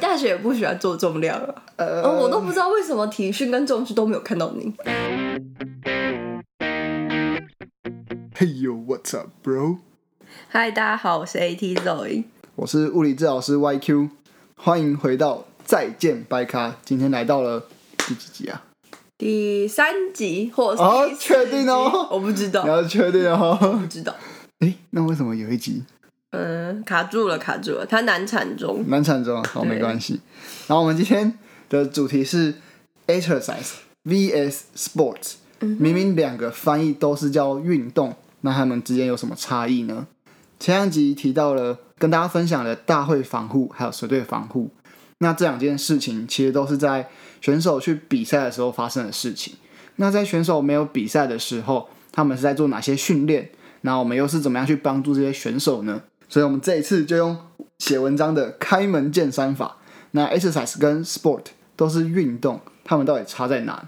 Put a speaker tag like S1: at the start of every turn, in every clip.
S1: 大学也不喜欢做重量啊。
S2: 呃
S1: 嗯，我都不知道为什么体育训跟重训都没有看到你。
S2: Hey yo，what's up，bro？
S1: 嗨，大家好，我是 AT Zoe。
S2: 我是物理治疗师 YQ，欢迎回到再见白咖。今天来到了第几集啊？
S1: 第三集或是
S2: 哦
S1: 第四集
S2: 确定哦
S1: 我不知道，
S2: 你要确定哦
S1: 不。知道。
S2: 诶，那为什么有一集
S1: 嗯，卡住了，卡住了，他难产中。
S2: 难产中啊？好，
S1: 对
S2: 没关系。然后我们今天的主题是 exercise vs sports，明
S1: 嗯
S2: 明两个翻译都是叫运动，那它们之间有什么差异呢？前两集提到了跟大家分享的大会防护还有随队防护，那这两件事情其实都是在选手去比赛的时候发生的事情。那在选手没有比赛的时候，他们是在做哪些训练？那我们又是怎么样去帮助这些选手呢？所以我们这一次就用写文章的开门见山法。那 exercise 跟 sport 都是运动，他们到底差在哪呢？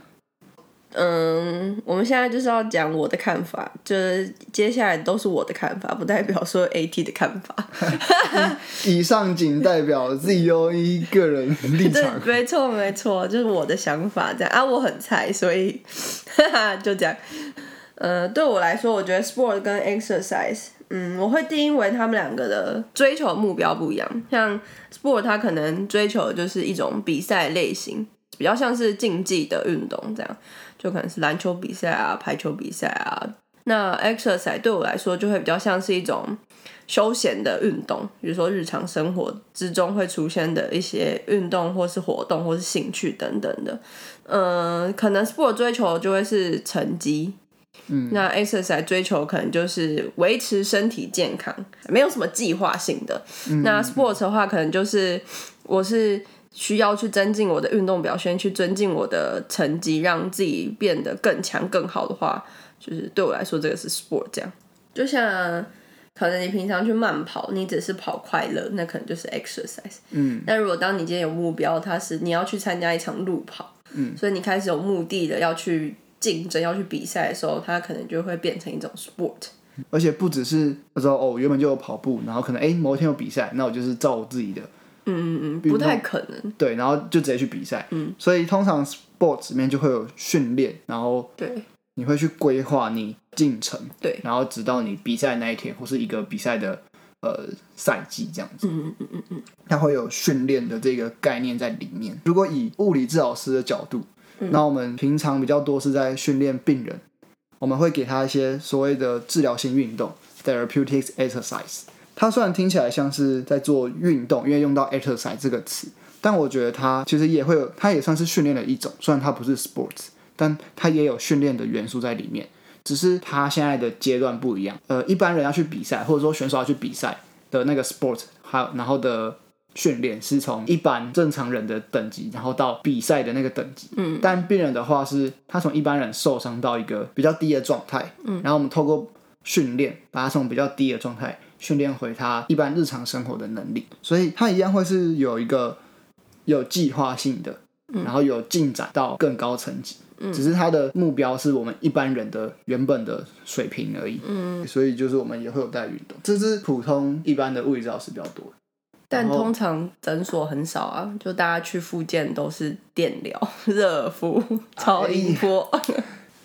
S1: 嗯，我们现在就是要讲我的看法，就是接下来都是我的看法，不代表说 AT 的看法。
S2: 以上仅代表 ZOE 个人立
S1: 对
S2: 场，。
S1: 没错没错，就是我的想法这样啊，我很菜，所以哈哈，就这样。呃，对我来说，我觉得 sport 跟 exercise，嗯，我会定义为他们两个的追求目标不一样。像 sport，它可能追求的就是一种比赛类型，比较像是竞技的运动这样，就可能是篮球比赛啊、排球比赛啊。那 exercise 对我来说就会比较像是一种休闲的运动，比如说日常生活之中会出现的一些运动或是活动或是兴趣等等的。嗯，可能 sport 追求就会是成绩，
S2: 嗯，
S1: 那 exercise 追求可能就是维持身体健康，没有什么计划性的。那 sport 的话，可能就是我是。需要去增进我的运动表现，去增进我的成绩，让自己变得更强更好的话，就是对我来说，这个是 sport 这样。就像可能你平常去慢跑，你只是跑快乐，那可能就是 exercise。
S2: 嗯，
S1: 但如果当你今天有目标，它是你要去参加一场路跑，嗯，所以你开始有目的的要去竞争、要去比赛的时候，它可能就会变成一种 sport。
S2: 而且不只是那时候哦，我原本就有跑步，然后可能哎、某一天有比赛，那我就是照我自己的
S1: 嗯嗯嗯，不太可能。
S2: 对，然后就直接去比赛。嗯，所以通常 sports 里面就会有训练，然后
S1: 对
S2: 你会去规划你进程，
S1: 对，
S2: 然后直到你比赛那一天或是一个比赛的呃赛季这样子。
S1: 嗯嗯嗯嗯
S2: 它会有训练的这个概念在里面。如果以物理治疗师的角度，那我们平常比较多是在训练病人，我们会给他一些所谓的治疗性运动 （therapeutic exercise）。它虽然听起来像是在做运动，因为用到 exercise 这个词，但我觉得它其实也会有，它也算是训练的一种。虽然它不是 sports，但它也有训练的元素在里面。只是他现在的阶段不一样。呃，一般人要去比赛，或者说选手要去比赛的那个 sport，还有然后的训练是从一般正常人的等级，然后到比赛的那个等级。
S1: 嗯，
S2: 但病人的话是，他从一般人受伤到一个比较低的状态，嗯，然后我们透过训练把他从比较低的状态训练回他一般日常生活的能力，所以他一样会是有一个有计划性的，然后有进展到更高层级。只是它的目标是我们一般人的原本的水平而已，
S1: 嗯。
S2: 所以就是我们也会有带运动，这是普通一般的物理治疗师比较多。
S1: 但
S2: 然后
S1: 通常诊所很少啊，就大家去复健都是电疗、 热敷、超音波。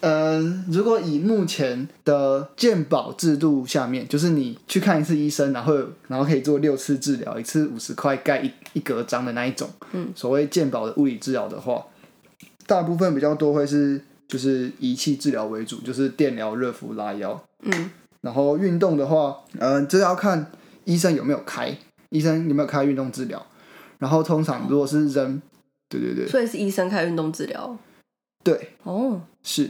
S2: 呃，如果以目前的健保制度下面，就是你去看一次医生，然后然后可以做六次治疗，一次五十块盖一一格章的那一种，嗯，所谓健保的物理治疗的话，大部分比较多会是就是仪器治疗为主，就是电疗、热敷、拉腰，
S1: 嗯，
S2: 然后运动的话，呃，这要看医生有没有开，医生有没有开运动治疗。然后通常如果是人，对对对
S1: 所以是医生开运动治疗。
S2: 对
S1: 哦，
S2: 是，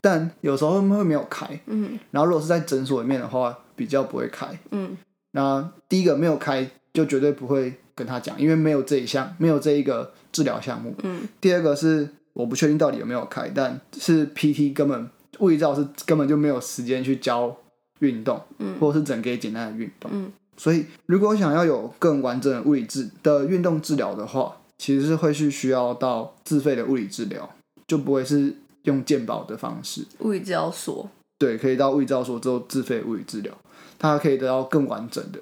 S2: 但有时候他们会没有开。
S1: 嗯
S2: 然后如果是在诊所里面的话，比较不会开。
S1: 嗯
S2: 那第一个没有开，就绝对不会跟他讲，因为没有这一项，没有这一个治疗项目。
S1: 嗯，
S2: 第二个是我不确定到底有没有开，但是 PT 根本物理治疗师根本就没有时间去教运动，
S1: 嗯
S2: 或者是整个简单的运动，
S1: 嗯
S2: 所以如果想要有更完整的物理治的运动治疗的话，其实是会去需要到自费的物理治疗，就不会是用健保的方式，
S1: 物理治疗所。
S2: 对，可以到物理治疗所之后自费物理治疗，它可以得到更完整的。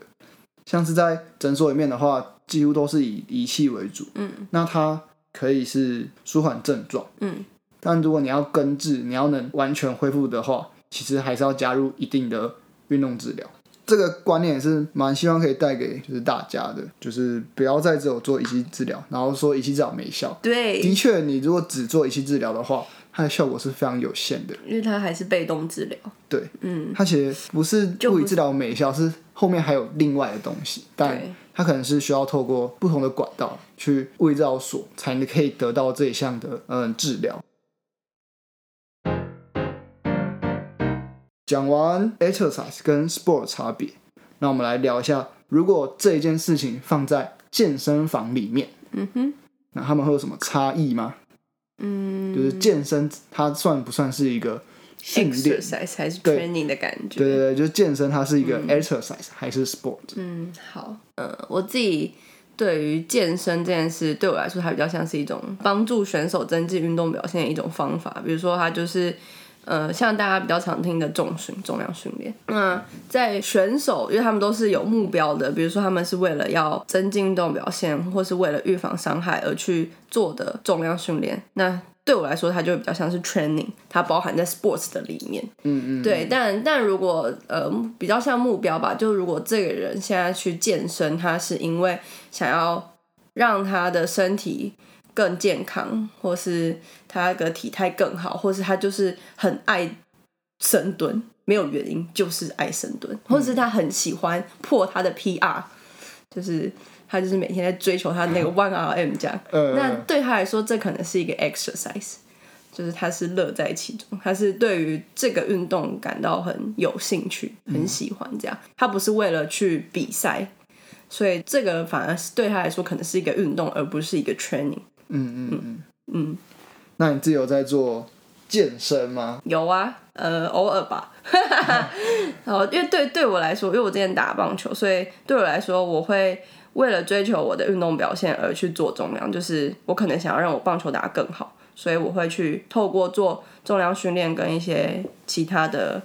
S2: 像是在诊所里面的话，几乎都是以仪器为主，
S1: 嗯
S2: 那它可以是舒缓症状，
S1: 嗯，
S2: 但如果你要根治，你要能完全恢复的话，其实还是要加入一定的运动治疗。这个观念也是蛮希望可以带给就是大家的，就是不要再只有做仪器治疗，然后说仪器治疗没效。的
S1: 对，
S2: 确，你如果只做仪器治疗的话，它的效果是非常有限的。
S1: 因为它还是被动治疗。
S2: 对，
S1: 嗯，
S2: 它其实不是
S1: 就
S2: 物理治疗美效，是后面还有另外的东西，但
S1: 对
S2: 它可能是需要透过不同的管道去物理治疗所才能可以得到这一项的嗯治疗。讲完 exercise 跟 sport 的差别，那我们来聊一下，如果这一件事情放在健身房里面，
S1: 嗯哼，
S2: 那他们会有什么差异吗？
S1: 嗯，
S2: 就是健身它算不算是一个训练？
S1: exercise 还是
S2: 对
S1: training 的感觉。
S2: 对对对，就是健身，它是一个 exercise、还是 sport？
S1: 嗯，好，呃，我自己对于健身这件事，对我来说，它比较像是一种帮助选手增进运动表现的一种方法。比如说，它就是呃，像大家比较常听的重训、重量训练。那在选手，因为他们都是有目标的，比如说他们是为了要增进运动表现，或是为了预防伤害而去做的重量训练。那对我来说，它就比较像是 training，它包含在 sports 的里面。
S2: 嗯嗯，
S1: 对，但但如果呃比较像目标吧，就如果这个人现在去健身，他是因为想要让他的身体更健康，或是他的体态更好，或是他就是很爱深蹲，没有原因，就是爱深蹲，或是他很喜欢破他的 PR，就是他就是每天在追求他那个 one RM 这样。
S2: 呃，
S1: 那对他来说，这可能是一个 exercise，就是他是乐在其中，他是对于这个运动感到很有兴趣、很喜欢这样。他不是为了去比赛，所以这个反而是对他来说可能是一个运动，而不是一个 training。
S2: 嗯嗯嗯，
S1: 嗯，
S2: 那你自己有在做健身吗？
S1: 有啊，呃，偶尔吧。 然后，因为对对我来说，因为我之前打棒球，所以对我来说，我会为了追求我的运动表现而去做重量，就是我可能想要让我棒球打得更好，所以我会去透过做重量训练跟一些其他的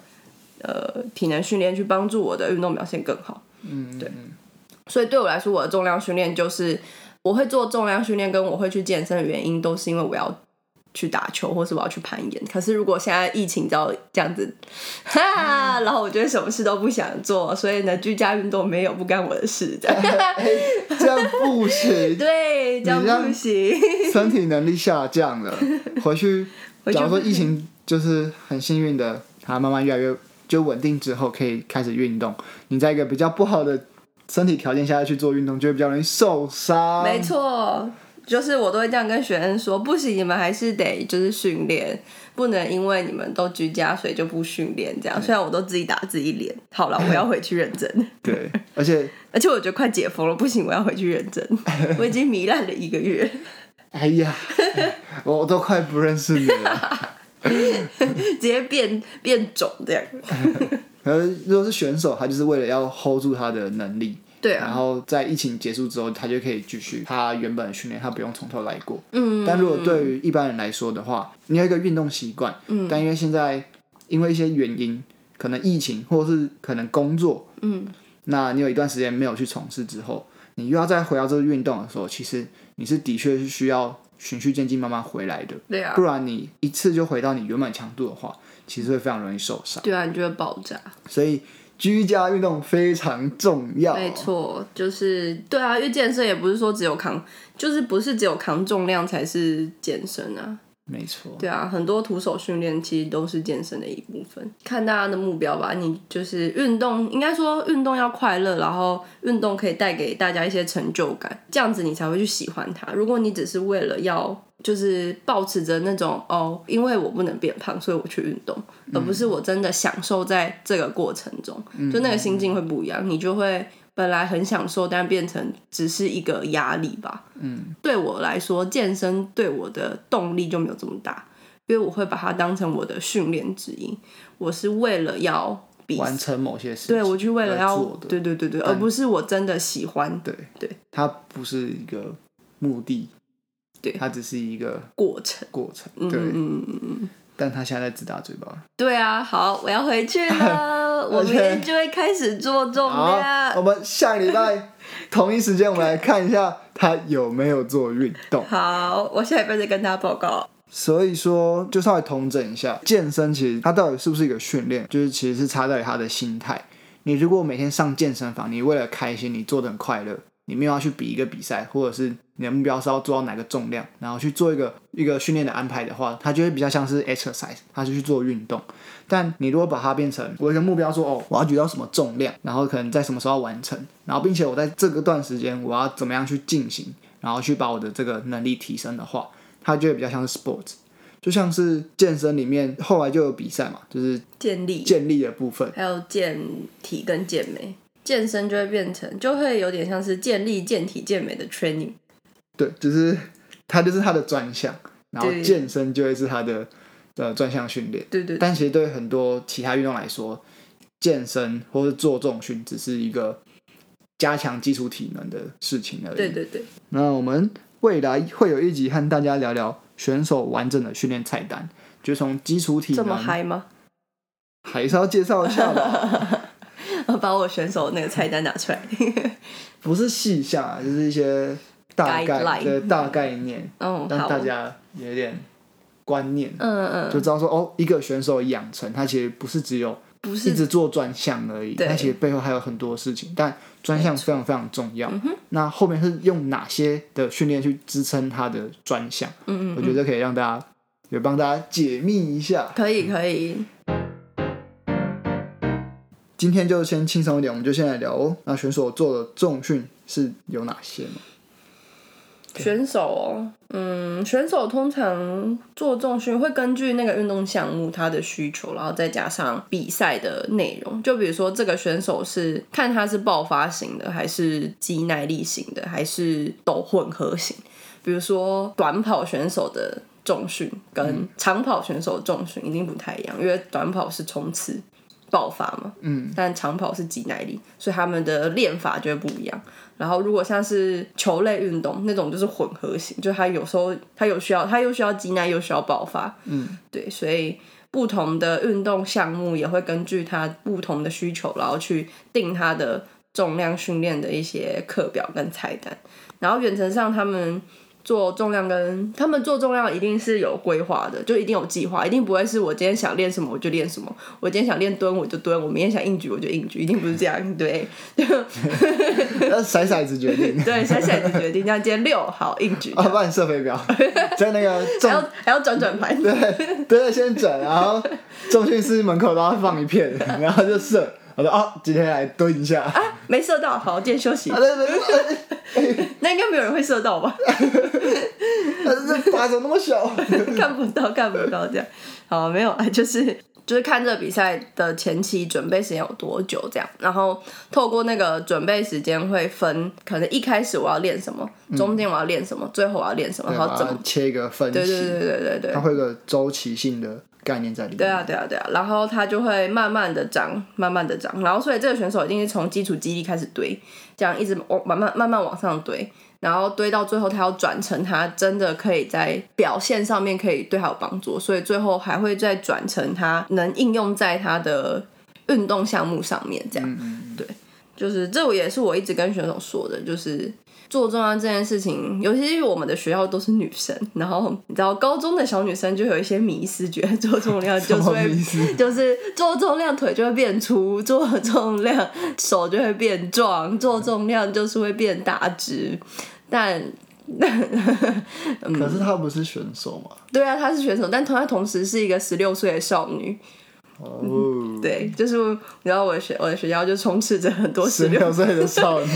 S1: 呃体能训练去帮助我的运动表现更好。
S2: 嗯，
S1: 对。所以对我来说，我的重量训练就是我会做重量训练，跟我会去健身的原因，都是因为我要去打球，或是我要去攀岩。可是如果现在疫情只要这样子，哈，
S2: 嗯
S1: 然后我觉得什么事都不想做，所以呢，居家运动没有不干我的事，这样
S2: 哎，这样不 行，
S1: 对，这样
S2: 你这样
S1: 不行。
S2: 身体能力下降了。回去，
S1: 去
S2: 假如说疫情就是很幸运的，它慢慢越来越就稳定之后，可以开始运动。你在一个比较不好的身体条件下去做运动，就会比较容易受伤。
S1: 没错，就是我都会这样跟学生说，不行，你们还是得就是训练，不能因为你们都居家，所以就不训练这样。虽然我都自己打自己脸，好了，我要回去认真。
S2: 对，而且
S1: 而且我觉得快解封了，不行，我要回去认 真。我已经糜烂了一个月，
S2: 哎 呀，我我都快不认识你了。
S1: 直接变变肿这样。
S2: 而如果是选手，他就是为了要 hold 住他的能力，
S1: 对
S2: 然
S1: 啊，
S2: 后在疫情结束之后，他就可以继续他原本的训练，他不用从头来过。嗯，但如果对于一般人来说的话，你有一个运动习惯，嗯，但因为现在因为一些原因，可能疫情或是可能工作，
S1: 嗯，
S2: 那你有一段时间没有去从事之后，你又要再回到这个运动的时候，其实你是的确是需要循序渐进慢慢回来的，
S1: 对啊
S2: 不，然你一次就回到你原本强度的话，其实会非常容易受伤。
S1: 对啊，你就会爆炸。
S2: 所以居家运动非常重要。
S1: 没错，就是对啊，因为健身也不是说只有扛，就是不是只有扛重量才是健身啊。
S2: 没错，
S1: 对啊，很多徒手训练其实都是健身的一部分，看大家的目标吧。你就是运动，应该说运动要快乐，然后运动可以带给大家一些成就感，这样子你才会去喜欢它。如果你只是为了要就是保持着那种哦，因为我不能变胖，所以我去运动，而不是我真的享受在这个过程中，就那个心境会不一样，你就会。本来很享受，但变成只是一个压力吧。
S2: 嗯，
S1: 对我来说，健身对我的动力就没有这么大。因为我会把它当成我的训练之一，我是为了要比
S2: 完成某些事情，
S1: 对我去为了要
S2: 做的
S1: 对对对对，而不是我真的喜欢
S2: 对
S1: 对，
S2: 它不是一个目的，
S1: 对
S2: 它只是一个
S1: 过程。
S2: 过程，
S1: 嗯
S2: 对。
S1: 嗯嗯嗯，
S2: 但它现在在自打嘴巴了。
S1: 对啊，好，我要 回去了，我明天就会开始做重
S2: 好，我
S1: 量。
S2: 们下个礼拜同一时间，我们来看一下他有没有做运动。
S1: 好，我下礼拜再跟大家报告。
S2: 所以说，就稍微统整一下，健身其实它到底是不是一个训练，就是其实是差在于他的心态。你如果每天上健身房，你为了开心，你做的很快乐，你没有要去比一个比赛，或者是你的目标是要做到哪个重量，然后去做一个一个训练的安排的话，它就会比较像是 exercise，它就去做运动。但你如果把它变成我有一个目标说，哦，我要举到什么重量，然后可能在什么时候完成，然后并且我在这个段时间我要怎么样去进行，然后去把我的这个能力提升的话，它就会比较像是 sports，就像是健身里面后来就有比赛嘛，就是
S1: 建立
S2: 健力的部分。
S1: 还有健体跟健美，健身就会变成就会有点像是健力、健体、健美的 training。
S2: 对，就是它就是它的专项，然后
S1: 对
S2: 健身就会是它的呃专项训练。
S1: 对对对
S2: 但其实对很多其他运动来说，健身或是做重训只是一个加强基础体能的事情而已。
S1: 对对对，
S2: 那我们未来会有一集和大家聊聊选手完整的训练菜单，就从基础体
S1: 这么
S2: 能
S1: 嗨吗？
S2: 还是要介绍一下吧。
S1: 把我选手那个菜单拿出来。
S2: 不是细项啊，就是一些大概
S1: Guideline
S2: 的大概念，
S1: 嗯，
S2: 让
S1: 好。
S2: 大
S1: 嗯
S2: 家有点观念，
S1: 嗯嗯，
S2: 就知道说哦，一个选手的养成，他其实不是只有
S1: 不
S2: 一
S1: 是
S2: 直做专项而已，
S1: 对
S2: 他其实背后还有很多事情，但专项非常非常重要。
S1: 嗯
S2: 那后面是用哪些的训练去支撑他的专项？
S1: 嗯嗯嗯
S2: 我觉得可以让大家也帮大家解密一下。
S1: 可以可以，
S2: 今天就先轻松一点，我们就先来聊哦，那选手做的重训是有哪些 吗？
S1: 选手哦，嗯，选手通常做重训会根据那个运动项目他的需求，然后再加上比赛的内容。就比如说这个选手是看他是爆发型的，还是肌耐力型的，还是抖混合型。比如说短跑选手的重训跟长跑选手的重训一定不太一样，因为短跑是冲刺爆发嘛，
S2: 嗯，
S1: 但长跑是肌耐力，所以他们的练法就会不一样。然后如果像是球类运动那种就是混合型，就他有时候他有需要，他又需要肌耐又需要爆发，
S2: 嗯，
S1: 对，所以不同的运动项目也会根据他不同的需求，然后去定他的重量训练的一些课表跟菜单。然后远程上他们做重量跟他们做重量一定是有规划的，就一定有计划，一定不会是我今天想练什么我就练什么，我今天想练蹲我就蹲，我明天想硬举我就硬举，一定不是这样，对，
S2: 那呃骰骰子决定。
S1: 对，现在子决定，这样今天六好硬举，
S2: 啊，帮你射 飞镖，在那个
S1: 还要
S2: 重
S1: 还要转转 盘，
S2: 对对先转，然 后重训室门口都要放一片，然后就射。我说哦，今天来蹲一下。啊，
S1: 没射到，好，今天休息，
S2: 对对对，
S1: 那应该没有人会射到吧？
S2: 这这把怎么那么小？
S1: 看不到，看不到这样。好，没有啊，就是就是看这比赛的前期准备时间有多久这样，然后透过那个准备时间会分，可能一开始我要练什么，中间我要练什么，最后我要练什
S2: 嗯
S1: 么，
S2: 对
S1: 然
S2: 把
S1: 后怎么
S2: 它？切一个分
S1: 对对对
S2: 歧，
S1: 对对对
S2: 它。会有个周期性的概念在里面。
S1: 对啊，对啊，对啊，然后它就会慢慢的长，慢慢的长，然后所以这个选手一定是从基础肌力开始堆，这样一直往慢慢慢慢往上堆，然后堆到最后，他要转成他真的可以在表现上面可以对他有帮助，所以最后还会再转成他能应用在他的运动项目上面，这样。
S2: 嗯
S1: 对，就是这我也是我一直跟选手说的，就是做重量这件事情，尤其是我们的学校都是女生，然后你知道高中的小女生就有一些迷思，觉得做重量就是
S2: 什么迷
S1: 会，就是做重量腿就会变粗，做重量手就会变壮，做重量就是会变大只，但。嗯
S2: 可是他不是选手嘛？
S1: 对啊，她是选手，但同她同时是一个十六岁的少女。
S2: 哦，
S1: 对，就是你知道我的学我的学校就充斥着很多十
S2: 十
S1: 六
S2: 六岁的少 女，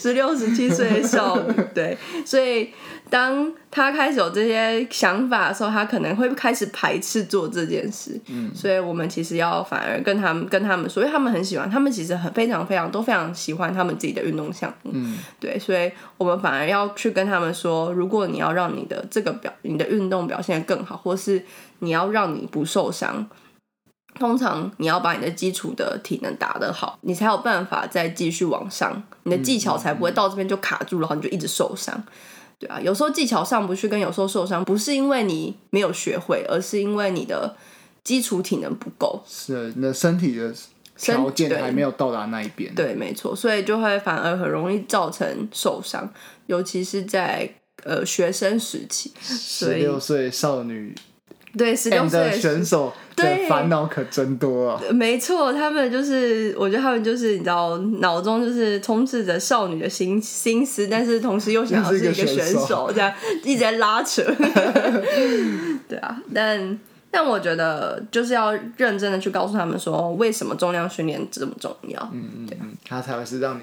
S1: 十六、十七岁的少女，对，所以当她开始有这些想法的时候，她可能会开始排斥做这件事。嗯，所以我们其实要反而跟他们跟他们说，因为他们很喜欢，他们其实很非常非常都非常喜欢他们自己的运动项目。嗯，对，所以我们反而要去跟他们说，如果你要让你的这个表你的运动表现得更好，或是你要让你不受伤。通常你要把你的基础的体能打得好，你才有办法再继续往上，你的技巧才不会到这边就卡住，然后你就一直受伤。对啊，有时候技巧上不去，跟有时候受伤，不是因为你没有学会，而是因为你的基础体能不够。
S2: 是你的身体的
S1: 身
S2: 条件
S1: 对
S2: 还没有到达那一边。
S1: 对，没错，所以就会反而很容易造成受伤，尤其是在呃学生时期。
S2: 十
S1: 所以
S2: 六岁少女
S1: 对，十六
S2: and
S1: 岁
S2: 的
S1: 的时
S2: 选手的
S1: 对
S2: 烦恼可真多啊！
S1: 没错，他们就是，我觉得他们就是，你知道，脑中就是充斥着少女的心心思，但是同时又想要
S2: 又是
S1: 是
S2: 一个
S1: 一个选
S2: 选
S1: 手，这样一直在拉 扯。对啊，但但我觉得就是要认真的去告诉他们说，为什么重量训练这么重要。
S2: 嗯嗯嗯，它才会是让你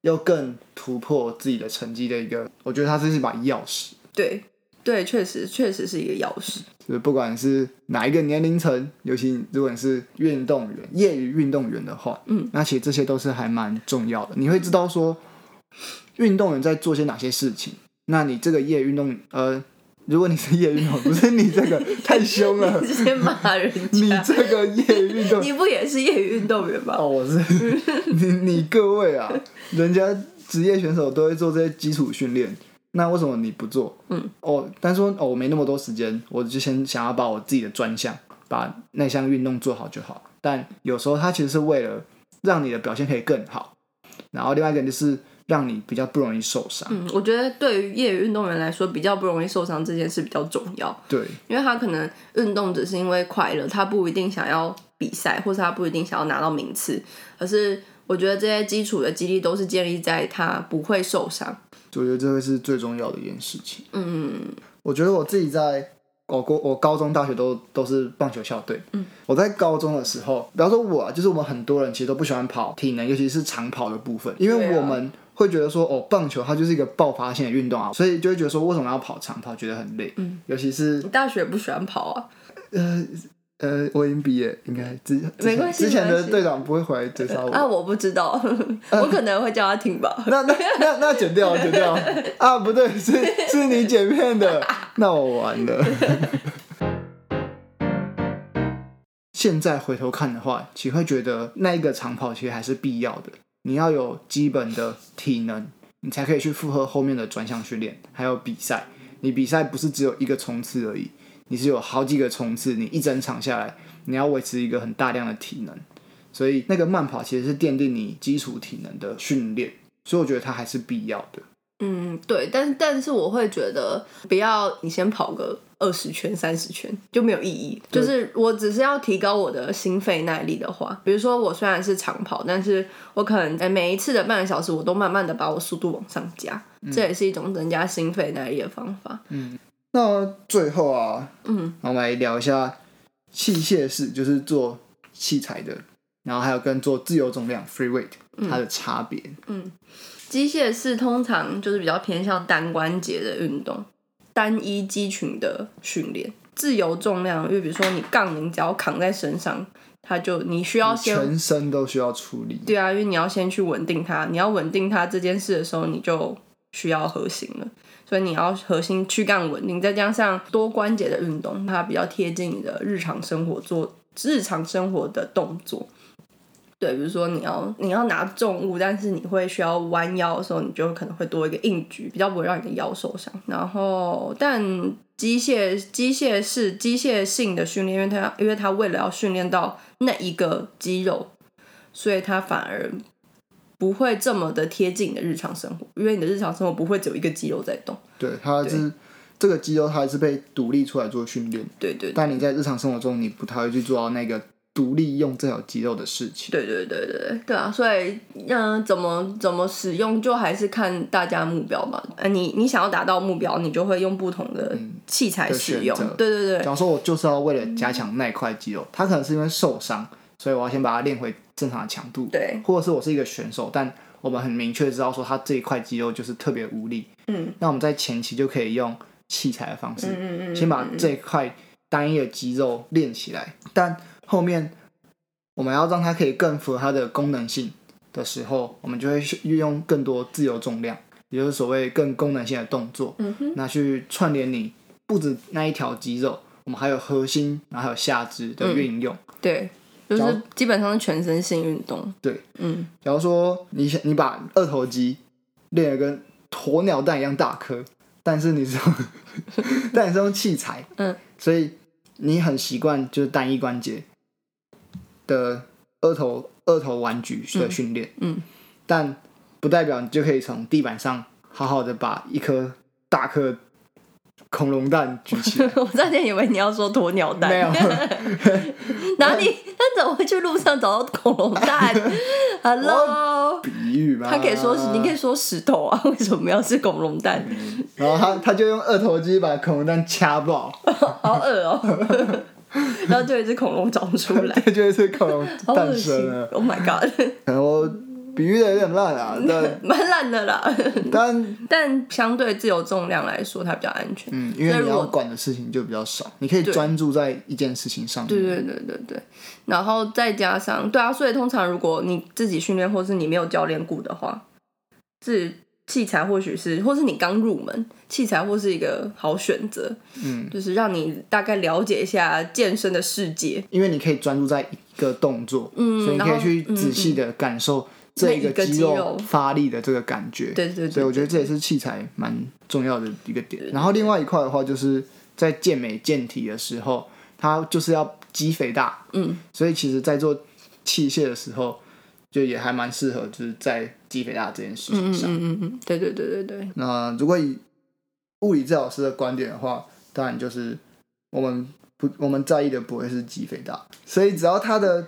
S2: 又更突破自己的成绩的一个，我觉得它真是把钥匙，
S1: 对对，确实确实是一个钥匙。
S2: 就是不管是哪一个年龄层，尤其如果你是运动员、业余运动员的话，
S1: 嗯，，
S2: 那其实这些都是还蛮重要的，你会知道说运动员在做些哪些事情，那你这个业余运动，呃，如果你是业余运动员，不是你这个太凶了
S1: 直接骂人
S2: 你
S1: 家，
S2: 这个业余运动
S1: 你不也是业余运动员吗？
S2: 哦，我是你你各位啊，人家职业选手都会做这些基础训练，那为什么你不做？
S1: 嗯，
S2: 哦，但是说哦，我没那么多时间，我就先想要把我自己的专项，把那项运动做好就好。但有时候它其实是为了让你的表现可以更好，然后另外一个就是让你比较不容易受伤。
S1: 嗯，我觉得对于业余运动员来说，比较不容易受伤这件事比较重要。
S2: 对，
S1: 因为他可能运动只是因为快乐，他不一定想要比赛，或是他不一定想要拿到名次，而是我觉得这些基础的激励都是建立在他不会受伤。
S2: 我觉得这会是最重要的一件事情。
S1: 嗯，
S2: 我觉得我自己在我高我高中、大学都都是棒球校队。
S1: 嗯，
S2: 我在高中的时候，比方说我、啊，就是我们很多人其实都不喜欢跑体能，尤其是长跑的部分，因
S1: 对
S2: 为
S1: 啊
S2: 我们会觉得说，哦，棒球它就是一个爆发性的运动啊，所以就会觉得说，为什么要跑长跑，觉得很累。嗯，尤其是
S1: 你大学不喜欢跑啊？
S2: 呃呃，我已经毕业，应该之之前
S1: 没关系
S2: 之前
S1: 没
S2: 的
S1: 关系
S2: 队长不会回来追杀我。
S1: 啊，我不知道， 我可能会叫他停吧。
S2: 那那那那剪掉，剪掉啊！不对，是是你剪片的，那我完了。现在回头看的话，其实会觉得那一个长跑其实还是必要的。你要有基本的体能，你才可以去负荷后面的专项训练，还有比赛。你比赛不是只有一个冲刺而已，你是有好几个冲刺，你一整场下来，你要维持一个很大量的体能。所以那个慢跑其实是奠定你基础体能的训练。所以我觉得它还是必要的。
S1: 嗯，对，但但是我会觉得，不要你先跑个二十圈、三十圈就没有意义。
S2: 对
S1: 就是我只是要提高我的心肺耐力的话，比如说我虽然是长跑，但是我可能呃每一次的半个小时，我都慢慢的把我速度往上加，
S2: 嗯
S1: 这也是一种增加心肺耐力的方法。
S2: 那最后啊，
S1: 嗯，
S2: 我们来聊一下器械式，就是做器材的，然后还有跟做自由重量 （free weight）
S1: 嗯
S2: 它的差别。
S1: 机械式通常就是比较偏向单关节的运动，单一肌群的训练。自由重量，因为比如说你杠铃只要扛在身上，它就你需要先
S2: 全身都需要处理。
S1: 对啊，因为你要先去稳定它，你要稳定它这件事的时候，你就需要核心了，所以你要核心躯干稳定，再加上多关节的运动，它比较贴近你的日常生活做日常生活的动作。对，比如说你要你要拿重物，但是你会需要弯腰的时候，你就可能会多一个硬举，比较不会让你的腰受伤。然后，但机械机械式机械性的训练，因为它因为它为了要训练到那一个肌肉，所以它反而不会这么的贴近你的日常生活，因为你的日常生活不会只有一个肌肉在动。
S2: 对，它是这个肌肉，它还是被独立出来做训练，
S1: 对对对
S2: 但你在日常生活中，你不太会去做到那个独立用这条肌肉的事情。
S1: 对对对对对对啊！所以，嗯、怎么怎么使用，就还是看大家目标嘛。呃，你你想要达到目标，你就会用不同的器材
S2: 的
S1: 使
S2: 选
S1: 用。
S2: 择
S1: 对对对嗯
S2: 假，如说我就是要为了加强那一块肌肉，它可能是因为受伤，所以我要先把它练回正常的强度。
S1: 对
S2: 或者是我是一个选手，但我们很明确知道说他这一块肌肉就是特别无力。
S1: 嗯，
S2: 那我们在前期就可以用器材的方式，嗯嗯先把这一块单一的肌肉练起来，但后面我们要让它可以更符合它的功能性的时候，我们就会去运用更多自由重量，也就是所谓更功能性的动作，嗯哼，那去串联你不止那一条肌肉。我们还有核心，然后还有下肢的运用，
S1: 对，就
S2: 假
S1: 是
S2: 如
S1: 基本上是全身性运动。
S2: 对，
S1: 嗯，
S2: 假如说你想你把二头肌练得跟鸵鸟蛋一样大颗，但是你是用 但你是用器材，
S1: 嗯，
S2: 所以你很习惯就是单一关节的二头二头弯举的训练，
S1: 嗯嗯，
S2: 但不代表你就可以从地板上好好的把一颗大颗恐龙蛋举起来
S1: 我差点以为你要说鸵鸟蛋，
S2: 没有，
S1: 哪里？他怎么会去路上找到恐龙 蛋？Hello，
S2: 比呃喻嘛，
S1: 他可以说是，你可以说石头啊，为什么要吃恐龙蛋？
S2: 然后他他就用二头肌把恐龙蛋掐爆，
S1: 好恶哦、 然后就有一只恐龙长出来，
S2: 这 就是恐龙
S1: 好恶
S2: 诞
S1: 心
S2: 生了。
S1: ！Oh my god，
S2: 可能我比喻的有点烂 啊，但
S1: 蛮烂的啦。
S2: 但
S1: 但相对自由重量来说，它比较安全。
S2: 嗯，因为
S1: 那
S2: 你
S1: 如
S2: 要
S1: 果
S2: 管的事情就比较少，你可以专注在一件事情上
S1: 对
S2: 面。
S1: 对对对对，然后再加上对啊，所以通常如果你自己训练，或是你没有教练顾的话，是器材或许是，或是你刚入门，器材或是一个好选择，
S2: 嗯，
S1: 就是让你大概了解一下健身的世界，
S2: 因为你可以专注在一个动作，
S1: 嗯
S2: 所以你可
S1: 然
S2: 以
S1: 后
S2: 去
S1: 嗯
S2: 仔细的感受这一个
S1: 每一个
S2: 肌
S1: 肌
S2: 肉
S1: 肉
S2: 发力的这个感觉。
S1: 对对对
S2: 所以我觉得
S1: 对
S2: 这也是器材蛮重要的一个点。然后另外一块的话，就是在健美健体的时候，它就是要肌肥大，
S1: 嗯，
S2: 所以其实，在做器械的时候，就也还蛮适合，就是在肌肥大这件事情
S1: 嗯
S2: 上。
S1: 嗯嗯嗯，对对对对对，
S2: 那如果以物理治疗师的观点的话，当然就是我们不我们在意的不会是肌肥大，所以只要他的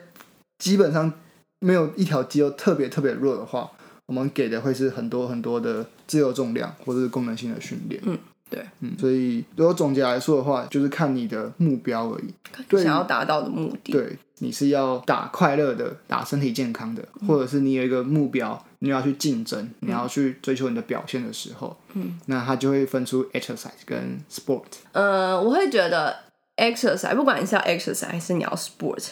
S2: 基本上没有一条肌肉特别特别弱的话，我们给的会是很多很多的自由重量或者是功能性的训练。
S1: 嗯，对，
S2: 嗯，所以如果总结来说的话，就是看你的目标而已。对于
S1: 想要达到的目的，
S2: 对，你是要打快乐的，打身体健康的，
S1: 嗯
S2: 或者是你有一个目标，你要去竞争，你要去追求你的表现的时候，
S1: 嗯，
S2: 那它就会分出 exercise 跟 sport。
S1: 呃，我会觉得 exercise，不管你是要 exercise 还是你要 sport，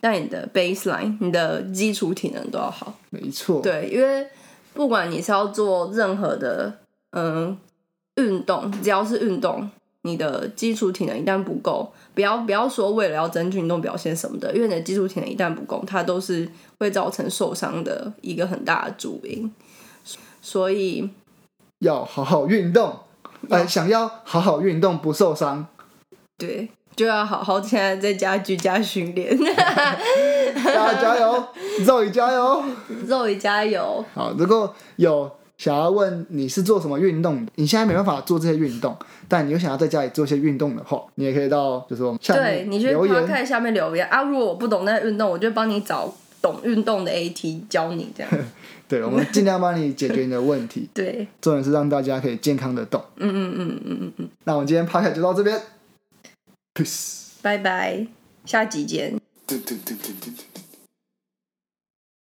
S1: 但你的 baseline，你的基础体能都要好。
S2: 没错，，
S1: 对，因为不管你是要做任何的嗯运动，只要是运动，你的基础体能一旦不够，不要不要说为了要争取运动表现什么的，因为你的基础体能一旦不够，它都是会造成受伤的一个很大的主因。所以，
S2: 要好好运动，呃，
S1: 要
S2: 想要好好运动不受伤，
S1: 对，就要好好现在在家居家训练。
S2: 大家加油，肉也加油。
S1: 肉也加油，
S2: 好，如果有想要问你是做什么运动的，你现在没办法做这些运动，但你又想要在家里做一些运动的话，你也可以到就是我们下
S1: 对
S2: 面
S1: 你去
S2: 留言
S1: podcast 下面留言啊。如果我不懂那个运动，我就帮你找懂运动的 AT 教你 这样。
S2: 对，我们尽量帮你解决你的问题。
S1: 对，
S2: 重点是让大家可以健康的动。
S1: 嗯嗯嗯嗯嗯嗯，
S2: 那我们今天 p o d 就到这边，peace。
S1: 拜拜，下集见。
S2: 嘟嘟嘟嘟嘟嘟